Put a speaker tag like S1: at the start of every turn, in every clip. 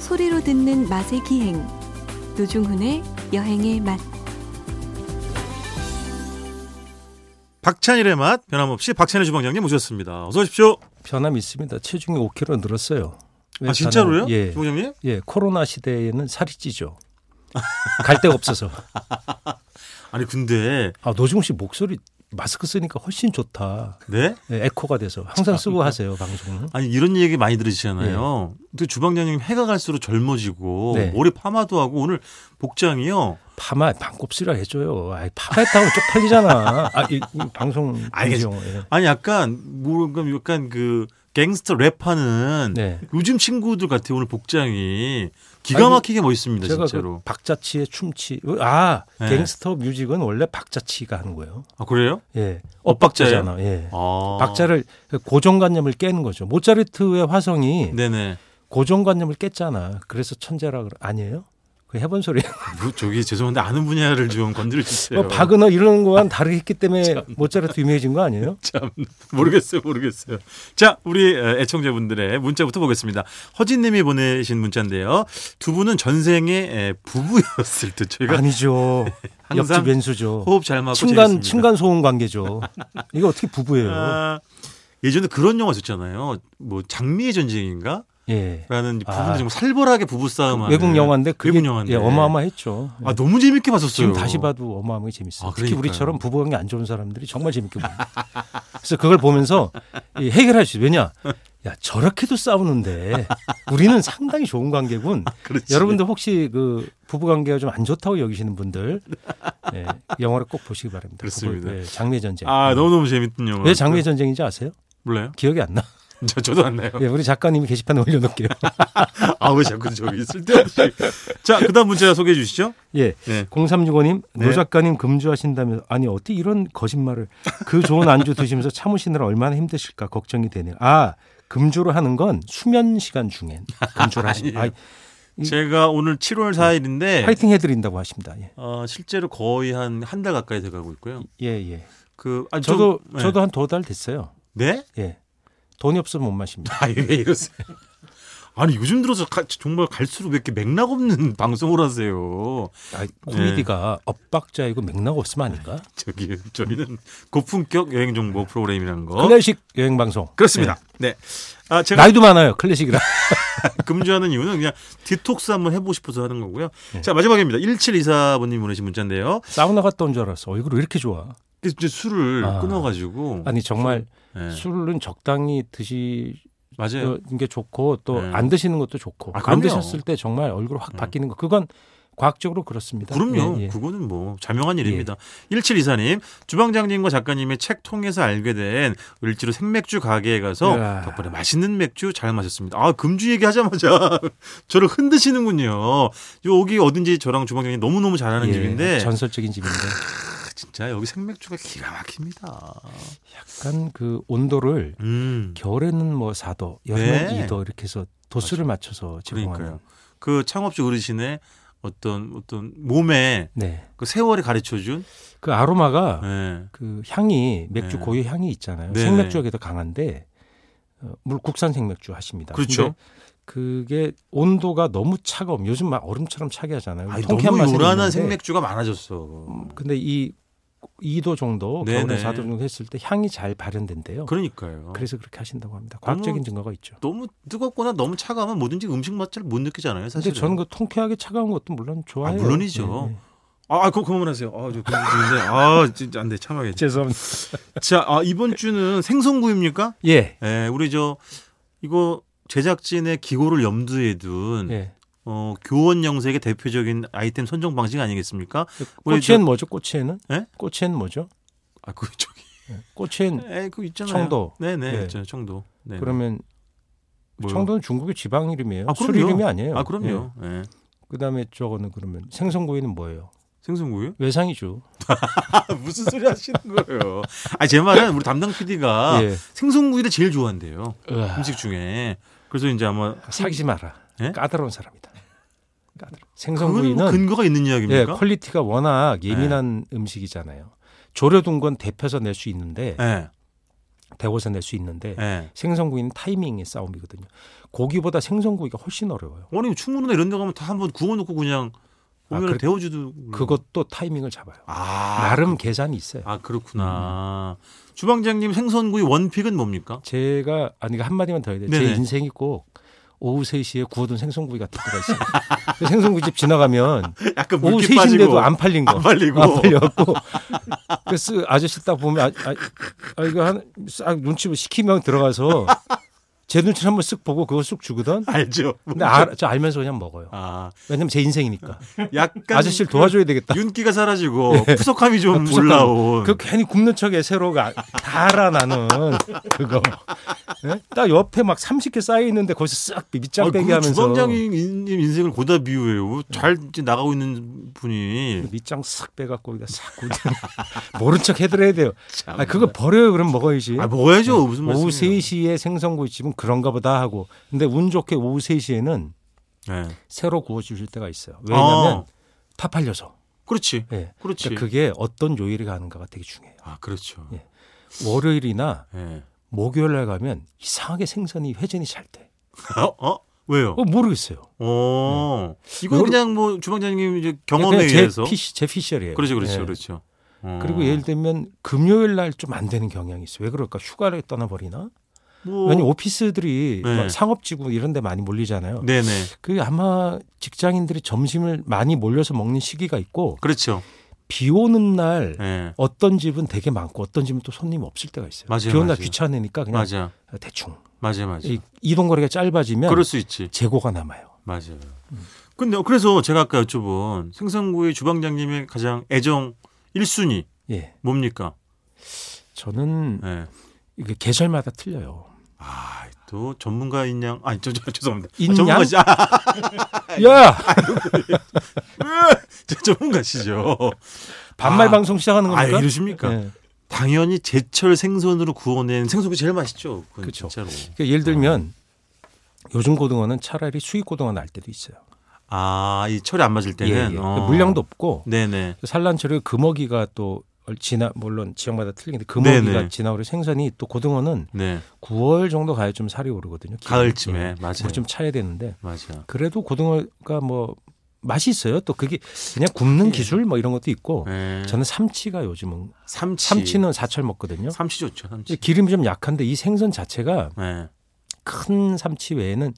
S1: 소리로 듣는 맛의 기행 노중훈의 여행의 맛
S2: 박찬일의 맛 변함없이 박찬일 주방장님 모셨습니다. 어서 오십시오.
S3: 변함 있습니다. 체중이 5kg 늘었어요. 왜
S2: 아 진짜로요?
S3: 변함- 예.
S2: 주방장님?
S3: 예. 코로나 시대에는 살이 찌죠. 갈 데가 없어서.
S2: 아니 근데
S3: 아, 노중 씨 목소리 마스크 쓰니까 훨씬 좋다.
S2: 네?
S3: 예, 에코가 돼서
S2: 아,
S3: 항상
S2: 그러니까.
S3: 쓰고 하세요, 방송은.
S2: 아니 이런 얘기 많이 들으시잖아요. 근데 주방장님 해가 갈수록 젊어지고
S3: 예. 네.
S2: 머리 파마도 하고 오늘 복장이요.
S3: 파마 반곱슬이라 해 줘요. 아, 파마했다고 쪽팔리잖아. 아, 이, 이 방송
S2: 알겠어요.
S3: 방송, 예.
S2: 아니 약간 뭔가 약간 그 갱스터 랩하는
S3: 네.
S2: 요즘 친구들 같아요. 오늘 복장이
S3: 아니,
S2: 기가 막히게 멋있습니다.
S3: 제가 그
S2: 진짜로.
S3: 박자치의 춤치 아,
S2: 네.
S3: 갱스터 뮤직은 원래 박자치가 하는 거예요.
S2: 아 그래요?
S3: 예. 엇박자잖아. 예.
S2: 아.
S3: 박자를 그 고정관념을 깨는 거죠. 모차르트의 화성이
S2: 아, 네네.
S3: 고정관념을 깼잖아. 그래서 천재라 그래. 아니에요? 그 해본 소리.
S2: 뭐, 저기 죄송한데 아는 분야를 좀 건드려 주세요.
S3: 뭐 박은호 이런 거와는 다르게 했기 때문에 모차르트 유명해진 거 아니에요?
S2: 참 모르겠어요, 모르겠어요. 자, 우리 애청자분들의 문자부터 보겠습니다. 허진님이 보내신 문자인데요. 두 분은 전생에 부부였을 듯 저희가
S3: 아니죠.
S2: 항상
S3: 옆집 왼수죠.
S2: 호흡 잘 맞고
S3: 층간
S2: 재밌습니다.
S3: 층간 소음 관계죠. 이거 어떻게 부부예요?
S2: 아, 예전에 그런 영화 있었잖아요. 뭐 장미의 전쟁인가?
S3: 예.
S2: 라는 부분도
S3: 아.
S2: 정말 살벌하게 부부싸움
S3: 외국 영화인데 그게
S2: 아, 네. 외국 영화인데
S3: 예, 어마어마했죠.
S2: 아, 너무 재밌게 봤었어요.
S3: 지금 다시 봐도 어마어마하게 재밌어요.
S2: 아,
S3: 특히
S2: 그러니까요.
S3: 우리처럼 부부관계 안 좋은 사람들이 정말 재밌게 봅니다. 그래서 그걸 보면서 이 해결할 수 있어요. 왜냐? 야, 저렇게도 싸우는데 우리는 상당히 좋은 관계군.
S2: 아, 그렇지.
S3: 여러분들 혹시 그 부부관계가 좀 안 좋다고 여기시는 분들 예, 영화를 꼭 보시기 바랍니다.
S2: 그렇습니다.
S3: 부부, 예, 장미의 전쟁.
S2: 아, 네. 너무너무 재밌던 영화.
S3: 왜 장미의 전쟁인지 아세요?
S2: 몰라요?
S3: 기억이 안 나.
S2: 저, 저도 안 나요.
S3: 예, 우리 작가님이 게시판에 올려놓을게요.
S2: 아, 왜 자꾸 저기 쓸데없이. 자, 그 다음 문자 소개해 주시죠.
S3: 예.
S2: 네.
S3: 0365님
S2: 네.
S3: 노 작가님 금주하신다면서 아니 어떻게 이런 거짓말을 그 좋은 안주 드시면서 참으시느라 얼마나 힘드실까 걱정이 되네요. 아 금주로 하는 건 수면 시간 중엔 금주를
S2: 예.
S3: 하시. 아, 이-
S2: 제가 오늘 7월 4일인데
S3: 파이팅 해드린다고 하십니다. 예.
S2: 어, 실제로 거의 한 한 달 가까이 돼가고 있고요.
S3: 예, 예.
S2: 그 아, 좀-
S3: 저도
S2: 네.
S3: 저도 한 두 달 됐어요.
S2: 네?
S3: 예. 돈이 없으면 못 마십니다.
S2: 아왜 이러세요? 아니 요즘 들어서 가- 정말 갈수록 왜 이렇게 맥락 없는 방송을 하세요.
S3: 아, 코미디가
S2: 네.
S3: 엇박자이고 맥락 없으면 아닌가?
S2: 저기 저희는 고품격 여행 정보 프로그램이라는 거.
S3: 클래식 여행 방송.
S2: 어? 그렇습니다. 네. 아
S3: 예.
S2: 제가
S3: 나이도 많아요. 클래식이라.
S2: 금주하는 이유는 그냥 디톡스 한번 해보고 싶어서 하는 거고요.
S3: 네.
S2: 자 마지막입니다. 1724번님 보내신 문자인데요.
S3: 사우나 갔다 온 줄 알았어. 얼굴 왜 이렇게 좋아?
S2: 근데 이제 술을
S3: 아.
S2: 끊어가지고
S3: 아니 정말
S2: 네.
S3: 술은 그 적당히 드시
S2: 맞아요.
S3: 게 좋고 또
S2: 네.
S3: 안 드시는 것도 좋고
S2: 예. 아,
S3: 안
S2: 그럼요. 예.
S3: 드셨을 때 정말 얼굴 확 바뀌는 거 그건 과학적으로 그렇습니다.
S2: 그럼요.
S3: 예, 예.
S2: 그거는 뭐 자명한 일입니다. 1724님, 주방장님과 작가님의 책 통해서 알게 된 을지로 생맥주 가게에 가서
S3: 이야.
S2: 덕분에 맛있는 맥주 잘 마셨습니다. 아, 금주 얘기하자마자 저를 흔드시는군요. 여기 어딘지 저랑 주방장님 너무너무 잘하는
S3: 예,
S2: 집인데
S3: 전설적인 그 집인데
S2: 진짜 여기 생맥주가 기가 막힙니다.
S3: 약간 그 온도를
S2: 음.
S3: 겨울에는 뭐 4도, 여름엔
S2: 네.
S3: 2도 이렇게 해서 도수를 맞춰서 제공하는.
S2: 그러니까요. 그 창업주 어르신의 어떤 어떤 몸에
S3: 네.
S2: 그 세월이 가르쳐 준
S3: 그 아로마가
S2: 네.
S3: 그 향이 맥주
S2: 네.
S3: 고유 향이 있잖아요.
S2: 네네.
S3: 생맥주에게도 강한데 어, 물 국산 생맥주 하십니다.
S2: 그렇죠.
S3: 근데 그게 온도가 너무 차가움. 요즘 막 얼음처럼 차게 하잖아요.
S2: 아니,
S3: 통쾌한
S2: 너무
S3: 맛은
S2: 요란한
S3: 있는데 음.
S2: 생맥주가 많아졌어.
S3: 근데 이 2도 정도 겨울에
S2: 네네. 그렇죠.
S3: 4도 정도 했을 때 향이 잘 발현된대요. 그
S2: 그러니까요.
S3: 래서 그렇게 하신다고 합니다.
S2: 아,
S3: 과학적인 증거가 있죠.
S2: 너무 뜨겁거나 너무 차가우면 뭐든지 음식 맛을 못 느끼잖아요. 사실.
S3: 근데 저는 그 통쾌하게 차가운 것도 물론 좋아해요.
S2: 아, 물론이죠.
S3: 예, 예.
S2: 아, 아, 그거 그만하세요. 아, 저 근데 아, 진짜 안돼
S3: 네.
S2: 참아야겠지.
S3: 죄송합니다.
S2: 자, 아, 이번 주는 생선구입니까?
S3: 예.
S2: 예, 우리 저 이거 제작진의 기고를 염두에 둔
S3: 예.
S2: 어, 교원 영색의 대표적인 아이템 선정 방식 아니겠습니까? 우리 저-
S3: 꼬치엔 뭐죠? 꼬치에는?
S2: 예?
S3: 꼬치엔 뭐죠? 예.
S2: 아, 그 저기.
S3: 꼬치엔
S2: 에, 그 있잖아요.
S3: 청도.
S2: 네,
S3: 예.
S2: 네, 있죠. 청도. 네.
S3: 그러면
S2: 뭐요?
S3: 청도는 중국의 지방 이름이에요.
S2: 아,
S3: 술
S2: 그럼요.
S3: 이름이 아니에요.
S2: 아, 그럼요. 예.
S3: 그 다음에 저거는 그러면 생선구이는 뭐예요?
S2: 생선구이?
S3: 외상이죠.
S2: 아, 무슨 소리 하시는 거예요? 아, 제 말은 우리 담당 PD가
S3: 예.
S2: 생선구이를 제일 좋아한대요.
S3: 으아,
S2: 음식 중에 그래서 이제 아마
S3: 사귀지 마라.
S2: 예?
S3: 까다로운 사람이다. 까다로운.
S2: 그거는
S3: 생선구이는
S2: 뭐 근거가 예. 있는
S3: 예,
S2: 이야기입니까?
S3: 퀄리티가 워낙 예민한 음식이잖아요. 조려둔 건 데펴서 낼 수 있는데
S2: 예.
S3: 데워서 낼 수 있는데
S2: 예.
S3: 생선구이는 타이밍의 싸움이거든요. 고기보다 생선구이가 훨씬 어려워요.
S2: 아니 충무로나 이런 데 가면 다 한번 구워놓고 그냥
S3: 아,
S2: 오면
S3: 그-
S2: 데워주도
S3: 그것도 타이밍을 잡아요.
S2: 음. 아,
S3: 나름 계산이 있어요.
S2: 아 그렇구나. 주방장님 생선구이 원픽은 뭡니까?
S3: 제가 아니 이거 한 마디만 더 해야 돼. 요제
S2: 네네.
S3: 인생이 꼭 오후 3시에 구워둔 생선구이 같은 데가 있어요. 그 생선구이집 지나가면
S2: 약간
S3: 오후
S2: 물기
S3: 3시인데도
S2: 빠지고
S3: 안 팔린 거.
S2: 안 아, 팔리고.
S3: 안 팔려갖고. 그래서 아저씨 딱 보면 아, 아, 아 이거 한싹 눈치 시키면 들어가서 제 눈치 한번 쓱 보고 그거 쓱 주거든.
S2: 알죠.
S3: 근데 알, 저 알면서 그냥 먹어요.
S2: 아
S3: 왜냐면 제 인생이니까.
S2: 그러니까 약간
S3: 아저씨를 도와줘야 되겠다. 예.
S2: 윤기가 사라지고 푸석함이 좀
S3: 푸석함.
S2: 올라온.
S3: 그 괜히 굽는 척에 새로가 다 알아 나는 그거. 예? 딱 옆에 막 30개 쌓여 있는데 거기서 싹 밑장
S2: 아니,
S3: 빼기
S2: 그
S3: 하면서
S2: 주방장님 인- 인생을 고다 비유해요. 잘 이제 나가고 있는 분이
S3: 밑장 싹 빼갖고 여기다 싹 굽는. 모른 척 해드려야 돼요. 아 그거 버려요 그럼 먹어야지.
S2: 아, 먹어야죠. 무슨 말씀이에요?
S3: 예? 오후 3시에 생선구이집은 그런가 보다 하고 근데 운 좋게 오후 3시에는
S2: 예.
S3: 새로 구워주실 때가 있어요. 왜냐하면
S2: 어.
S3: 다 팔려서.
S2: 그렇지.
S3: 예.
S2: 그렇지.
S3: 그러니까 그게 어떤 요일에 가는가가 되게 중요해요.
S2: 아, 그렇죠. 예.
S3: 예. 월요일이나 목요일 날 가면 이상하게 생선이 회전이 잘 돼.
S2: 어? 어? 왜요?
S3: 어, 모르겠어요. 예.
S2: 어. 이건
S3: 요런-
S2: 그냥 뭐 주방장님 이제 경험에
S3: 그냥 제
S2: 의해서.
S3: 피시, 제 피셜이에요.
S2: 그렇죠, 그렇죠,
S3: 예.
S2: 그렇죠. 어.
S3: 그리고 예를 들면 금요일 날 좀 안 되는 경향이 있어요. 왜 그럴까? 휴가를 떠나버리나?
S2: 뭐...
S3: 왜냐면 오피스들이
S2: 네.
S3: 막 상업지구 이런 데 많이 몰리잖아요.
S2: 네네.
S3: 그 아마 직장인들이 점심을 많이 몰려서 먹는 시기가 있고
S2: 그렇죠.
S3: 비 오는 날
S2: 예.
S3: 어떤 집은 되게 많고 어떤 집은 또 손님 없을 때가 있어요.
S2: 맞아요,
S3: 비 오는 날
S2: 맞아요.
S3: 귀찮으니까 그냥
S2: 맞아.
S3: 대충
S2: 맞아, 맞아.
S3: 이 이동 거리가 짧아지면
S2: 그럴 수 있지.
S3: 재고가 남아요.
S2: 맞아요.
S3: 음.
S2: 근데 그래서 제가 아까 여쭤본 생선구이 주방장님의 가장 애정 1순위
S3: 예,
S2: 뭡니까?
S3: 저는
S2: 예.
S3: 이게 계절마다 틀려요.
S2: 아, 또 전문가인 양. 아니, 저, 저, 죄송합니다.
S3: 인
S2: 아,
S3: 양?
S2: 전문가시, 아,
S3: 야
S2: 저 전문가시죠.
S3: 반말
S2: 아,
S3: 방송 시작하는
S2: 아,
S3: 겁니까?
S2: 이러십니까?
S3: 예.
S2: 당연히 제철 생선으로 구워낸 생선이 제일 맛있죠. 그건
S3: 그쵸.
S2: 진짜로.
S3: 그러니까 예를 들면 요즘 고등어는 차라리 수입 고등어 날 때도 있어요.
S2: 아, 이 철이 안 맞을 때는.
S3: 예, 예.
S2: 어.
S3: 물량도 없고
S2: 네네.
S3: 산란철에 금어기가 또 지나 물론 지역마다 틀리는데 금어기가
S2: 네네.
S3: 지나오려 생선이 또 고등어는
S2: 네.
S3: 9월 정도 가야 좀 살이 오르거든요. 기온이.
S2: 가을쯤에.
S3: 예.
S2: 맞아요.
S3: 물좀 차야 되는데
S2: 맞아.
S3: 그래도 고등어가 뭐 맛이 있어요. 또 그게 그냥 굽는 기술 뭐 이런 것도 있고
S2: 예.
S3: 저는 삼치가 요즘은
S2: 삼치.
S3: 삼치는 사철 먹거든요.
S2: 삼치 좋죠, 삼치.
S3: 기름이 좀 약한데 이 생선 자체가
S2: 예.
S3: 큰 삼치 외에는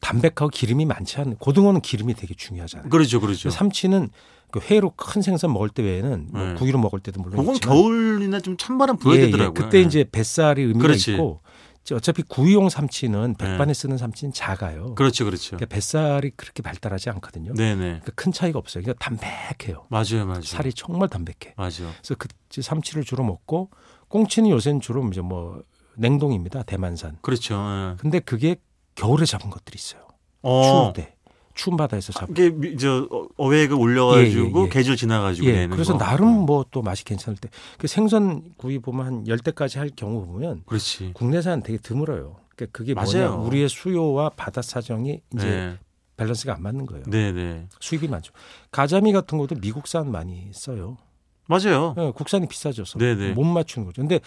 S3: 담백하고 기름이 많지 않은 고등어는 기름이 되게 중요하잖아요.
S2: 그렇죠, 그렇죠.
S3: 삼치는 그 회로 큰 생선 먹을 때 외에는 뭐
S2: 네.
S3: 구이로 먹을 때도 물론
S2: 그건
S3: 있지만
S2: 겨울이나 좀 찬바람
S3: 예,
S2: 불어야
S3: 예.
S2: 되더라고요. 네.
S3: 그때 이제 뱃살이 의미가
S2: 그렇지. 네.
S3: 있고 이제 어차피 구이용 삼치는 백반에 쓰는 삼치는 작아요.
S2: 그렇죠, 그렇죠.
S3: 그러니까 뱃살이 그렇게 발달하지 않거든요.
S2: 네네. 그렇죠.
S3: 그러니까 큰 차이가 없어요. 그러니까 담백해요.
S2: 맞아요, 맞아요.
S3: 살이 정말 담백해.
S2: 맞아요.
S3: 그래서 그 삼치를 주로 먹고 꽁치는 요새는 주로 이제 뭐 냉동입니다. 대만산.
S2: 그렇죠. 예.
S3: 근데 그게 겨울에 잡은 것들이 있어요. 추울
S2: 어.
S3: 때 추운 바다에서 잡은.
S2: 이게 미- 저 어- 어획을 올려가지고
S3: 예, 예, 예.
S2: 계절 지나가지고
S3: 예,
S2: 내는
S3: 그래서
S2: 거. 음.
S3: 나름 뭐 또 맛이 괜찮을 때. 그 생선 구이 보면 한 10대까지 할 경우 보면
S2: 그렇지.
S3: 국내산 되게 드물어요. 그러니까 그게
S2: 맞아요.
S3: 뭐냐 우리의 수요와 바다 사정이 이제
S2: 네,
S3: 밸런스가 안 맞는 거예요.
S2: 네, 네.
S3: 수입이 많죠. 가자미 같은 것도 미국산 많이 써요.
S2: 맞아요.
S3: 예, 국산이 비싸져서
S2: 네네.
S3: 못 맞추는 거죠. 근데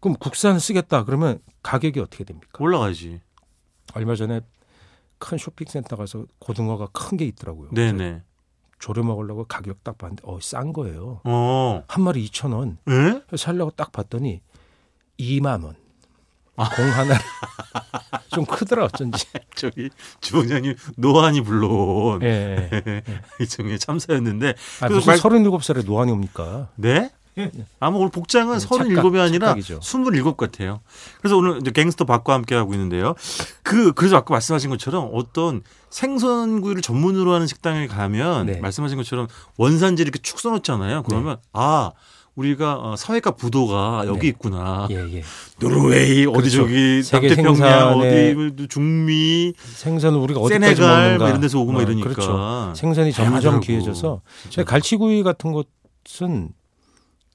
S3: 그럼 국산 쓰겠다 그러면 가격이 어떻게 됩니까?
S2: 올라가지.
S3: 얼마 전에 큰 쇼핑센터 가서 고등어가 큰 게 있더라고요.
S2: 네,
S3: 그래서
S2: 네.
S3: 조려 먹으려고 가격 딱 봤는데 어싼 거예요.
S2: 어.
S3: 한 마리 2천 원.
S2: 예?
S3: 그래서 살려고 딱 봤더니 2만 원.
S2: 아.
S3: 공 하나 좀 크더라 어쩐지.
S2: 저기 주방장님 노안이 물론
S3: 예.
S2: 일종의 참사였는데.
S3: 아,
S2: 그래서
S3: 무슨
S2: 말-
S3: 37살에 노안이 옵니까?
S2: 네? 아마 오늘 복장은
S3: 네, 착각,
S2: 37이 아니라
S3: 착각이죠.
S2: 27 같아요. 그래서 오늘 이제 갱스터 박과 함께 하고 있는데요. 그, 그래서 아까 말씀하신 것처럼 어떤 생선구이를 전문으로 하는 식당에 가면
S3: 네.
S2: 말씀하신 것처럼 원산지 이렇게 축 써놓잖아요. 그러면 아, 우리가 어, 사회과 부도가 여기
S3: 네.
S2: 있구나.
S3: 예, 예.
S2: 노르웨이, 어디
S3: 그렇죠.
S2: 저기
S3: 세계
S2: 남태평양,
S3: 생산의
S2: 어디 뭐 중미,
S3: 생선 우리가 어디까지
S2: 세네갈
S3: 먹는가?
S2: 뭐 이런 데서 오고 막
S3: 어,
S2: 이러니까.
S3: 그렇죠. 생선이
S2: 다양하더라고.
S3: 점점 귀해져서
S2: 진짜.
S3: 근데 갈치구이 같은 것은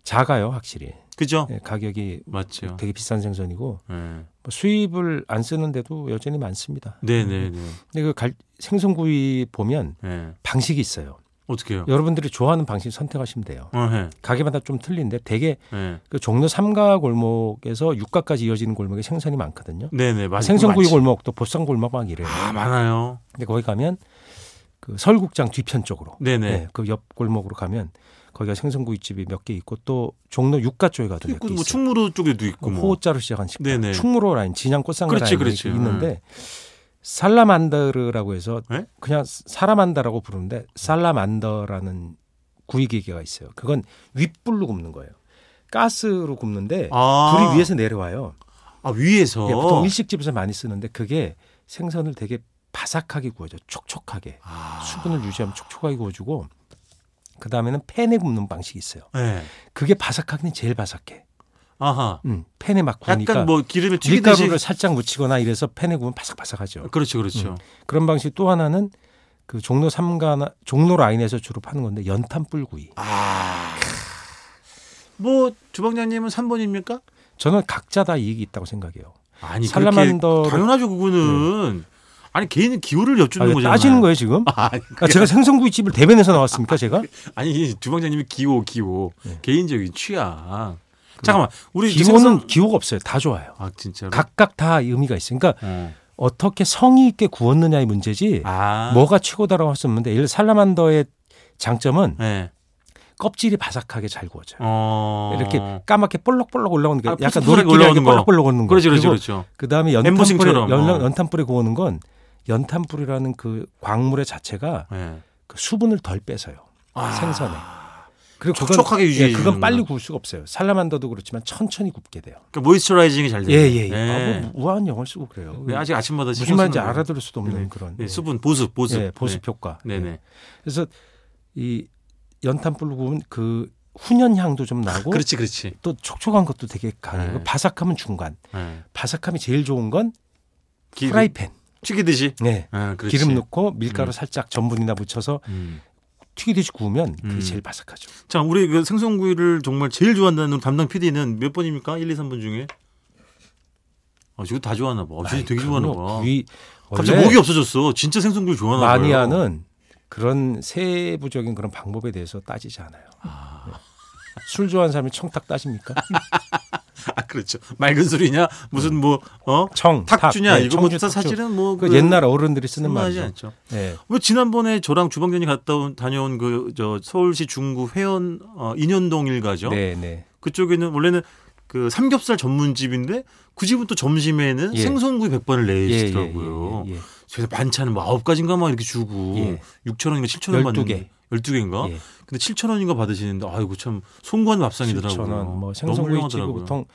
S3: 작아요 확실히
S2: 그죠?
S3: 예, 가격이
S2: 맞죠.
S3: 되게 비싼 생선이고
S2: 네.
S3: 뭐 수입을 안 쓰는데도 여전히 많습니다.
S2: 네네네.
S3: 근데 그 갈- 생선구이 보면
S2: 네.
S3: 방식이 있어요.
S2: 어떻게 해요?
S3: 여러분들이 좋아하는 방식 선택하시면 돼요.
S2: 어, 예.
S3: 가게마다 좀 틀린데 되게
S2: 예.
S3: 그 종로 삼가 골목에서 육가까지 이어지는 골목에 생선이 많거든요.
S2: 네네 맞아요.
S3: 생선구이
S2: 많지.
S3: 골목도 보쌈 골목 막 이래요.
S2: 아 많아요.
S3: 근데 거기 가면 그 설국장 뒤편 쪽으로
S2: 네네.
S3: 네, 그 옆 골목으로 가면 거기가 생선구이집이 몇 개 있고 또 종로 육가 쪽에 가도 몇 개
S2: 있고
S3: 있어요. 그
S2: 뭐 충무로 쪽에도 있고 뭐.
S3: 호호자로 시작한 식당
S2: 네네.
S3: 충무로 라인 진양 꽃상
S2: 그렇지,
S3: 라인이
S2: 그렇지. 음.
S3: 있는데 살라만더르라고 해서
S2: 네?
S3: 그냥 사라만다라고 부르는데 살라만더라는 구이 기계가 있어요. 그건 윗불로 굽는 거예요. 가스로 굽는데
S2: 아.
S3: 불이 위에서 내려와요.
S2: 아 위에서.
S3: 예, 보통 일식집에서 많이 쓰는데 그게 생선을 되게 바삭하게 구워줘, 촉촉하게
S2: 아.
S3: 수분을 유지하면 촉촉하게 구워주고 그 다음에는 팬에 굽는 방식이 있어요.
S2: 예.
S3: 그게 바삭하긴 제일 바삭해.
S2: 아하.
S3: 음, 팬에 막 구우니까
S2: 약간 뭐 기름을 튀기듯이.
S3: 밀가루를 살짝 묻히거나 이래서 팬에 구우면 바삭바삭하죠.
S2: 그렇죠, 그렇죠.
S3: 그런 방식 또 하나는 그 종로 삼가나 종로 라인에서 주로 파는 건데 연탄불구이.
S2: 아. 뭐 주방장님은 3번입니까?
S3: 저는 각자 다 이익이 있다고 생각해요.
S2: 아니
S3: 살라만더를- 네.
S2: 그렇게 당연하죠 그거는. 아니 개인은 기호를 엿주는
S3: 아,
S2: 거잖아요.
S3: 따지는 거예요 지금?
S2: 아,
S3: 아, 제가 생선구이집을 대변해서 나왔습니까 제가?
S2: 아니 주방장님이 기호 기호
S3: 네.
S2: 개인적인 취향. 잠깐만 우리
S3: 기호는
S2: 생선-
S3: 기호가 없어요. 다 좋아요.
S2: 아 진짜로.
S3: 각각 다 의미가 있어요. 그러니까
S2: 어.
S3: 어떻게 성의 있게 구웠느냐의 문제지
S2: 아.
S3: 뭐가 최고다라고 할 수 없는데 예를 들어 살라만더의 장점은
S2: 네.
S3: 껍질이 바삭하게 잘 구워져요.
S2: 어.
S3: 이렇게 까맣게 볼록볼록 올라오는 게
S2: 아,
S3: 약간
S2: 푸석푸석
S3: 노릇끼리
S2: 올라오는
S3: 올라오는
S2: 거.
S3: 거 볼록볼록 오는 거.
S2: 그렇죠, 그렇죠,
S3: 그리고
S2: 그렇죠.
S3: 그다음에 연탄불에
S2: 엠보싱처럼, 어.
S3: 연, 연탄불에 구우는 건 연탄불이라는 그 광물의 자체가
S2: 예.
S3: 그 수분을 덜 뺏어요.
S2: 아.
S3: 생선에. 그리고 그건-
S2: 촉촉하게 유지해
S3: 예, 그건
S2: 주는구나.
S3: 빨리 구울 수가 없어요. 살라만더도 그렇지만 천천히 굽게 돼요.
S2: 그러니까 모이스처라이징이 잘
S3: 예,
S2: 돼요.
S3: 예, 예. 아, 뭐 우아한 영어를 쓰고 그래요.
S2: 네, 아직 아침마다
S3: 무슨
S2: 신경
S3: 말인지
S2: 쓰는 거예요.
S3: 알아들을 수도 없는
S2: 네.
S3: 그런
S2: 네,
S3: 예.
S2: 수분 보습 보습.
S3: 예, 보습 효과.
S2: 네, 네.
S3: 예. 그래서 이 연탄불로 구운 그 훈연 향도 좀 나고
S2: 아, 그렇지, 그렇지.
S3: 또 촉촉한 것도 되게 강해요. 그
S2: 네.
S3: 바삭함은 중간.
S2: 예.
S3: 바삭함이 제일 좋은 건
S2: 기-
S3: 프라이팬.
S2: 튀기듯이.
S3: 네.
S2: 아, 그렇지.
S3: 기름 넣고 밀가루
S2: 음.
S3: 살짝 전분이나 묻혀서
S2: 음.
S3: 튀기듯이 구우면 그게
S2: 음.
S3: 제일 바삭하죠.
S2: 자, 우리 그 생선구이를 정말 제일 좋아한다는 우리 담당 PD는 몇 번입니까? 1, 2, 3번 중에? 아, 지금 다 좋아하나 봐. 아, 지금 되게 좋아하나 봐.
S3: 이
S2: 갑자기 목이 없어졌어. 진짜 생선구이 좋아하나 봐.
S3: 마니아는 그런 세부적인 그런 방법에 대해서 따지지 않아요. 네. 술 좋아하는 사람이 청탁 따집니까?
S2: 아, 그렇죠. 맑은 소리냐? 무슨 뭐 어?
S3: 청, 탁,
S2: 탁주냐?
S3: 네,
S2: 이거 뭐
S3: 청주,
S2: 다
S3: 탁주.
S2: 사실은 뭐
S3: 그 옛날 어른들이 쓰는
S2: 하지
S3: 말이죠.
S2: 않죠.
S3: 네.
S2: 왜 지난번에 저랑 주방장이 갔다 온 다녀온 그 저 서울시 중구 회원 어, 인현동 일가죠.
S3: 네, 네.
S2: 그쪽에는 원래는 그 삼겹살 전문집인데 그 집은 또 점심에는
S3: 예.
S2: 생선구이 100번을
S3: 예, 예,
S2: 내시더라고요.
S3: 예, 예, 예.
S2: 그래서 반찬은 뭐 아홉 가지인가 막 이렇게 주고
S3: 예.
S2: 6천 원인가 7천 원
S3: 12 개.
S2: 받는데 12개인가?
S3: 예.
S2: 근데 7천 원인가 받으시는데 아이고 참 송구한 밥상이더라고요.
S3: 7,000원, 뭐
S2: 너무
S3: 생선구이집이
S2: 훌륭하더라고요.
S3: 보통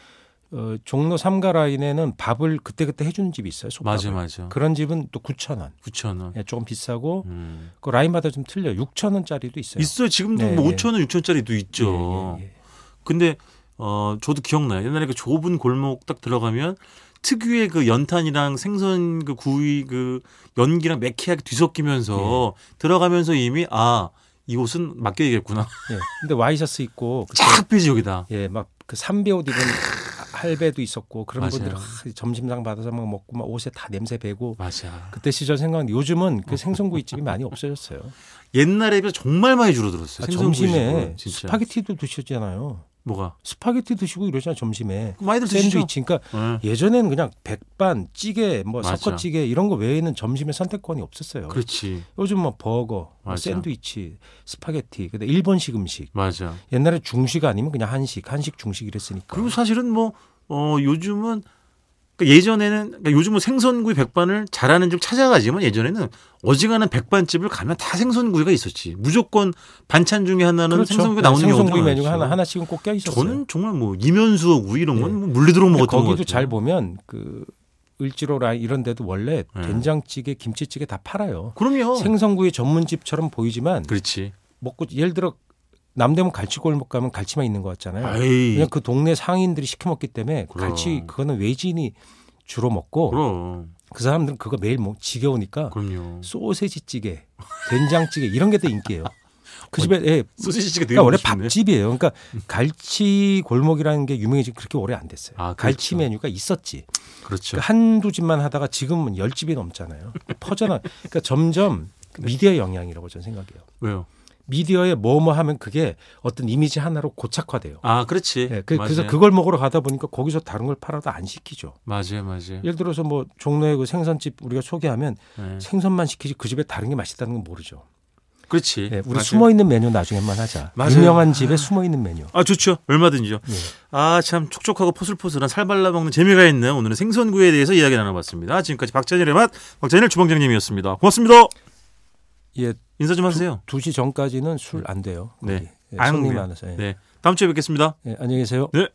S3: 어, 종로 삼가 라인에는 밥을 그때그때 해주는 집이 있어요.
S2: 맞아
S3: 솥밥을.
S2: 맞아.
S3: 그런 집은 또 9,000원.
S2: 9천 원.
S3: 예, 조금 비싸고
S2: 음.
S3: 그 라인마다 좀 틀려. 6,000원짜리도 있어요.
S2: 있어요. 지금도
S3: 네,
S2: 뭐
S3: 예.
S2: 5천 원, 6천 원짜리도 있죠.
S3: 예, 예, 예.
S2: 근데 어 저도 기억나요. 옛날에 그 좁은 골목 딱 들어가면 특유의 그 연탄이랑 생선 그 구이 그 연기랑 매캐하게 뒤섞이면서 들어가면서 이미 아 이곳은 맡겨야겠구나.
S3: 예. 근데 와이셔츠 입고 그-
S2: 착배 지역이다.
S3: 예, 막 그 삼배 옷 입은 할배도 있었고 그런
S2: 맞아요.
S3: 분들 아, 점심상 받아서 막 먹고 막 옷에 다 냄새 배고
S2: 맞아.
S3: 그때 시절 생각하는데 요즘은 그 생선구이집이 많이 없어졌어요.
S2: 옛날에 비해 정말 많이 줄어들었어요.
S3: 아,
S2: 생선구이
S3: 점심에
S2: 집은 진짜.
S3: 스파게티도 드시잖아요.
S2: 뭐가
S3: 스파게티 드시고 이러잖아요. 점심에.
S2: 그럼 많이들 드시죠.
S3: 샌드위치. 그러니까
S2: 예.
S3: 예전에는 그냥 백반, 찌개, 뭐
S2: 맞아.
S3: 섞어찌개 이런 거 외에는 점심에 선택권이 없었어요.
S2: 그렇지.
S3: 요즘 뭐 버거, 뭐
S2: 맞아.
S3: 샌드위치, 스파게티, 근데 일본식 음식.
S2: 맞아.
S3: 옛날에 중식 아니면 그냥 한식, 한식 중식 이랬으니까.
S2: 그리고 사실은 뭐, 어, 요즘은, 그러니까 예전에는, 그러니까 요즘은 생선구이 백반을 잘하는 집 찾아가지만 예전에는 어지간한 백반집을 가면 다 생선구이가 있었지. 무조건 반찬 중에 하나는 생선구이 나오는
S3: 그렇죠. 네, 생선구이
S2: 경우가
S3: 메뉴가
S2: 많았어요.
S3: 하나 하나씩은 꼭 껴 있었어요. 네.
S2: 저는 정말 뭐, 이면수하고 우이 이런 건뭐 물리도록
S3: 근데
S2: 먹었던 것
S3: 거기도
S2: 같아요.
S3: 잘 보면 그 을지로 라인 이런 데도 원래
S2: 네.
S3: 된장찌개, 김치찌개 다 팔아요.
S2: 그럼요.
S3: 생선구이 전문집처럼 보이지만
S2: 그렇지.
S3: 먹고 예를 들어 남대문 갈치골목 가면 갈치만 있는 것 같잖아요.
S2: 아이,
S3: 그냥 그 동네 상인들이 시켜 먹기 때문에
S2: 그럼.
S3: 갈치 그거는 외지인이 주로 먹고
S2: 그럼.
S3: 그 사람들은 그거 매일 먹 지겨우니까
S2: 그럼요.
S3: 그러니까 소세지 찌개, 된장찌개 이런 게 더 인기예요.
S2: 어,
S3: 그 집에 예.
S2: 소시지가 되게
S3: 그러니까 원래
S2: 맛있네.
S3: 밥집이에요. 그러니까 갈치 골목이라는 게 유명해진 지 그렇게 오래 안 됐어요.
S2: 아,
S3: 갈치
S2: 그렇죠.
S3: 메뉴가 있었지.
S2: 그렇죠.
S3: 그러니까 한두 집만 하다가 지금은
S2: 그렇죠.
S3: 열 집이 넘잖아요. 퍼져나. 그러니까 점점 미디어 영향이라고 저는 생각해요.
S2: 왜요?
S3: 미디어에 뭐뭐 하면 그게 어떤 이미지 하나로 고착화돼요.
S2: 아, 그렇지.
S3: 예, 그,
S2: 맞아요.
S3: 래서 그걸 먹으러 가다 보니까 거기서 다른 걸 팔아도 안 시키죠.
S2: 맞아요, 맞아요.
S3: 예를 들어서 뭐 종로에 그 생선집 우리가 소개하면
S2: 네.
S3: 생선만 시키지 그 집에 다른 게 맛있다는 건 모르죠.
S2: 그렇지.
S3: 예, 우리
S2: 맞아요.
S3: 숨어 있는 메뉴 나중에만 하자.
S2: 맞아요.
S3: 유명한 집에 숨어 있는 메뉴.
S2: 아 좋죠 얼마든지요.
S3: 예.
S2: 아 참 촉촉하고 포슬포슬한 살 발라 먹는 재미가 있는 오늘은 생선구이에 대해서 이야기 나눠봤습니다. 지금까지 박찬일의 맛 박찬일 주방장님이었습니다. 고맙습니다.
S3: 예,
S2: 인사 좀 하세요.
S3: 2시 전까지는 술 안 돼요. 거기.
S2: 네.
S3: 예,
S2: 안
S3: 손님이
S2: 돼요.
S3: 많아서. 예.
S2: 네 다음 주에 뵙겠습니다.
S3: 예, 안녕히 계세요.
S2: 네.